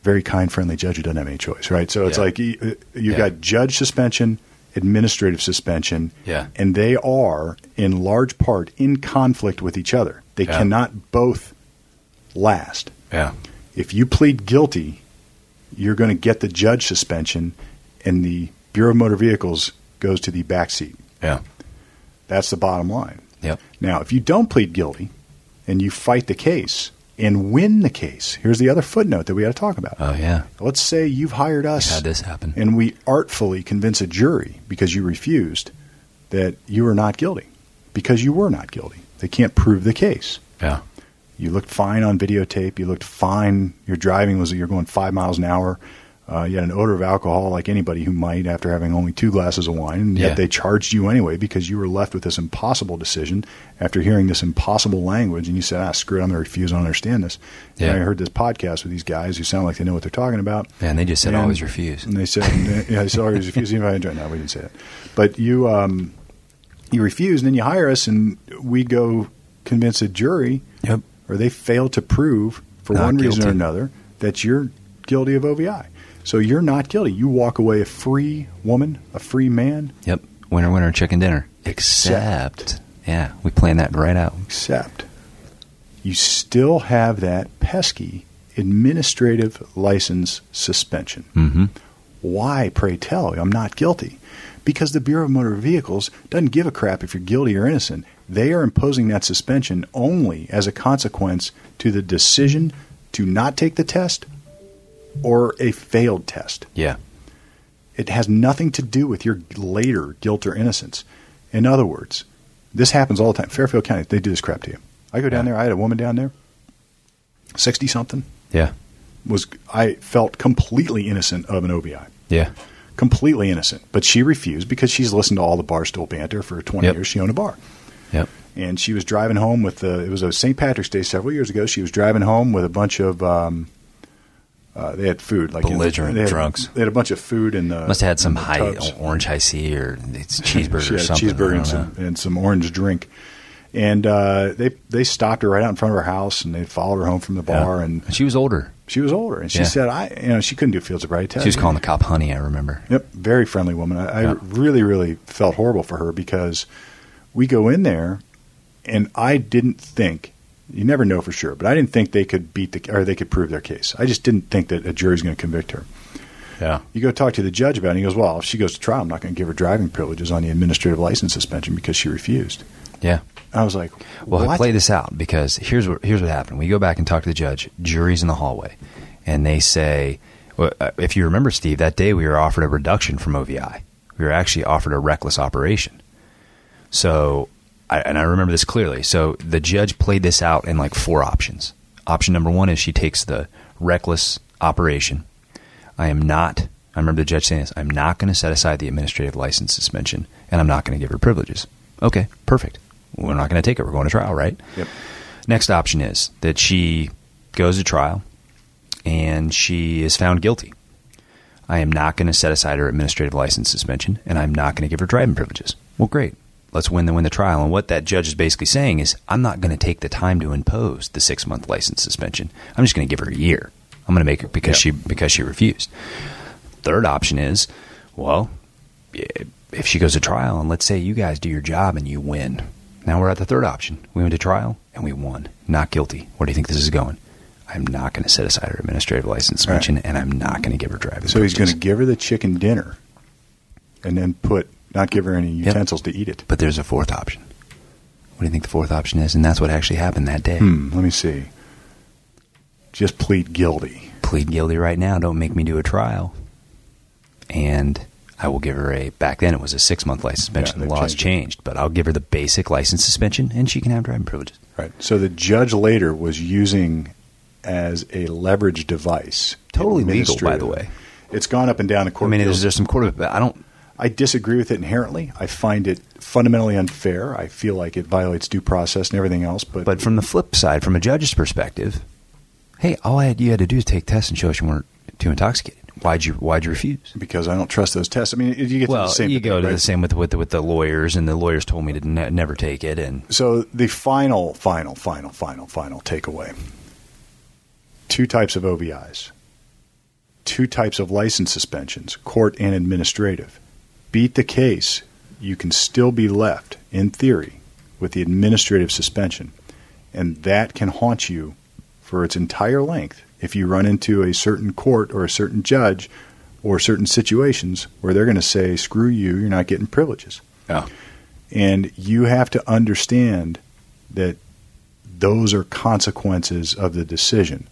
very kind, friendly judge who doesn't have any choice, right? So it's
Yeah.
like you- you've
Yeah.
got judge suspension, administrative suspension,
Yeah.
and they are in large part in conflict with each other. They
Yeah.
cannot both last.
Yeah.
If you plead guilty, you're going to get the judge suspension, and the Bureau of Motor Vehicles goes to the back seat.
Yeah.
That's the bottom line.
Yep.
Now, if you don't plead guilty and you fight the case and win the case, here's the other footnote that we got to talk about.
Oh yeah.
Let's say you've hired us
How'd this happen?
and we artfully convince a jury because you refused that you are not guilty because you were not guilty. They can't prove the case.
Yeah.
You looked fine on videotape. You looked fine. Your driving was you're going five miles an hour. Uh, you had an odor of alcohol, like anybody who might, after having only two glasses of wine. And yet
Yeah.
they charged you anyway because you were left with this impossible decision after hearing this impossible language. And you said, "Ah, screw it! I'm going to refuse. I don't understand this."
Yeah.
And I heard this podcast with these guys who sound like they know what they're talking about.
Man, they just said
And-
always refuse.
And they said, yeah, I said, always refuse. Even if I enjoy it. No, we didn't say that. But you, um, you refuse, and then you hire us, and we go convince a jury,
Yep.
or they fail to prove, for
Not
one reason or
guilty.
another, that you're guilty of OVI. So you're not guilty. You walk away a free woman, a free man,
Yep. Winner, winner, chicken dinner.
Except-
Except. Yeah, we planned that right out.
except you still have that pesky administrative license suspension.
Mm-hmm.
Why, pray tell, I'm not guilty? Because the Bureau of Motor Vehicles doesn't give a crap if you're guilty or innocent. They are imposing that suspension only as a consequence to the decision to not take the test or a failed test.
Yeah.
It has nothing to do with your later guilt or innocence. In other words, this happens all the time. Fairfield County, they do this crap to you. I go down there, I had a woman down there, 60 something,
Yeah.
was I felt completely innocent of an OBI
Yeah.
completely innocent. But she refused because she's listened to all the barstool banter for 20
Yep.
years. She owned a bar.
Yep.
And she was driving home with the, it was a St. Patrick's Day several years ago. She was driving home with a bunch of, um, uh, they had food. like in the-
Belligerent
they had-
drunks.
They had a bunch of food in the.
Must have had some
in the
high
Uh, tubs.
orange high C or it's
She
cheeseburger
had
or
a
something. I
cheeseburger
don't
and
know.
some, and some orange drink. And uh, they they stopped her right out in front of her house, and they followed her home from the
Yeah.
bar. And
she was older.
she was older, and she
Yeah.
said, "I, you know, she couldn't do field sobriety test.
She was calling the cop honey. I remember.
Yep, very friendly woman. I, I
Yeah.
really, really felt horrible for her because we go in there, and I didn't think you never know for sure, but I didn't think they could beat the or they could prove their case. I just didn't think that a jury's going to convict her.
Yeah.
You go talk to the judge about it, and he goes, "Well, if she goes to trial, I'm not going to give her driving privileges on the administrative license suspension because she refused."
Yeah.
I was like,
Well,
what?
play this out because here's what here's what happened. We go back and talk to the judge. Jury's in the hallway, and they say, well, uh, if you remember, Steve, that day we were offered a reduction from OVI. We were actually offered a reckless operation. So, I, and I remember this clearly. So the judge played this out in like four options. Option number one is she takes the reckless operation. I am not. I remember the judge saying this. I'm not going to set aside the administrative license suspension, and I'm not going to give her privileges. Okay, perfect. We're not going to take it. We're going to trial, right?
Yep.
Next option is that she goes to trial and she is found guilty. I am not going to set aside her administrative license suspension and I'm not going to give her driving privileges. Well, great. Let's win the win the trial. And what that judge is basically saying is, I'm not going to take the time to impose the six month license suspension. I'm just going to give her a year. I'm going to make it because she because she refused. Third option is, well, if she goes to trial and let's say you guys do your job and you win. Now we're at the third option. We went to trial and we won. Not guilty. Where do you think this is going? I'm not going to set aside her administrative license
Right.
suspension and I'm not going to give her driving.
So he's going to
privileges.
give her the chicken dinner, and then put not give her any
Yep.
utensils to eat it.
But there's a fourth option. What do you think the fourth option is? And that's what actually happened that day.
Hmm, let me see. Just plead guilty.
Plead guilty right now. Don't make me do a trial. And I will give her a. Back then, it was a six month license suspension. the
they've
laws
changed it.
changed, but I'll give her the basic license suspension, and she can have driving privileges.
Right. So the judge later was using as a leverage device.
Totally legal, by
administrative.
the way.
It's gone up and down the
I
court.
mean,
of
there's,
appeals.
there's some court of. I don't.
I disagree with it inherently. I find it fundamentally unfair. I feel like it violates due process and everything else. But,
But from the flip side, from a judge's perspective, hey, all I had, you had to do is take tests and show us you weren't too intoxicated. Why'd you Why'd you refuse?
because I don't trust those tests, I mean, you get to
Well,
the same.
you go to
right?
the same with with with the lawyers, and the lawyers told me to ne- never take it, and
So the final, final, final, final, final takeaway. Two types of OBIs, two types of license suspensions, court and administrative. Beat the case, you can still be left, in theory, with the administrative suspension. And that can haunt you for its entire length if you run into a certain court or a certain judge or certain situations where they're going to say, screw you, you're not getting privileges.
Oh.
And you have to understand that those are consequences of the decision.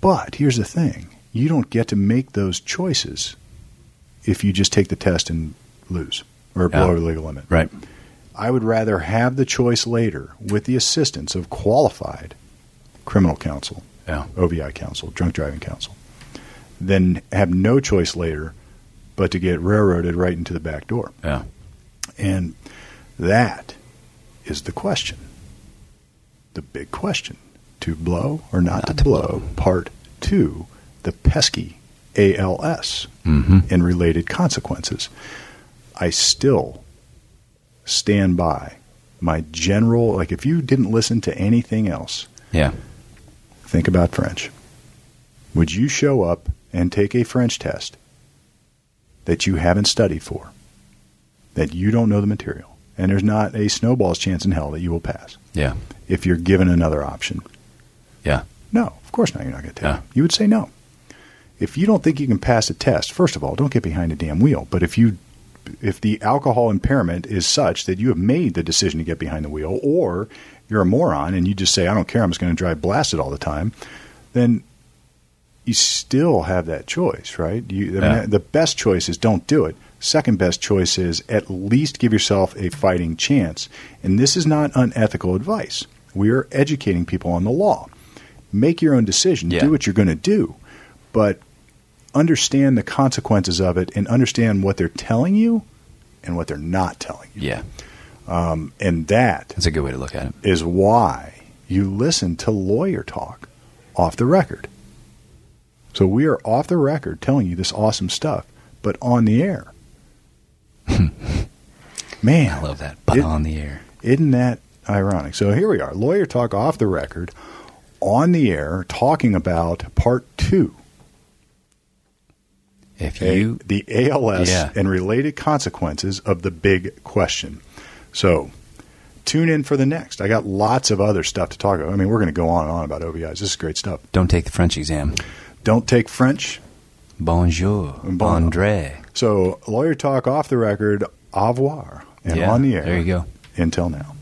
But here's the thing you don't get to make those choices if you just take the test and lose or
Yeah.
blow the legal limit.
Right.
I would rather have the choice later with the assistance of qualified criminal counsel,
Yeah.
OVI counsel, drunk driving counsel, than have no choice later but to get railroaded right into the back door.
Yeah.
And that is the question. The big question. To blow or not, to, blow. Part two, the pesky ALS
Mm-hmm.
and related consequences. I still stand by my general, like if you didn't listen to anything else,
Yeah.
think about French. Would you show up and take a French test that you haven't studied for, that you don't know the material, and there's not a snowball's chance in hell that you will pass
Yeah.
if you're given another option?
Yeah.
No, of course not. You're not going to take
Yeah.
it. You would say no. If you don't think you can pass a test, first of all, don't get behind a damn wheel. But if you if the alcohol impairment is such that you have made the decision to get behind the wheel, or you're a moron and you just say, I don't care, I'm just going to drive blasted all the time, then you still have that choice, right? You, I mean,
Yeah.
The best choice is don't do it. Second best choice is at least give yourself a fighting chance. And this is not unethical advice. We are educating people on the law. Make your own decision,
Yeah.
do what you're going to do, but understand the consequences of it and understand what they're telling you and what they're not telling you. Um,
Yeah.
And that
That's a good way to look at it.
is why you listen to lawyer talk off the record. So we are off the record telling you this awesome stuff, but on the air.
I
Man,
love that. But
It-
on the air.
isn't that ironic? So here we are, lawyer talk off the record, on the air, talking about part two,
If
a-
you
the ALS
Yeah.
and related consequences of the big question. So tune in for the next. I got lots of other stuff to talk about. I mean, we're going to go on and on about OBIs. This is great stuff.
don't take the French exam,
Don't take French.
bonjour,
Bon-
Andre.
So, lawyer talk off the record, au revoir, and
Yeah,
on the air.
There you go.
Until now.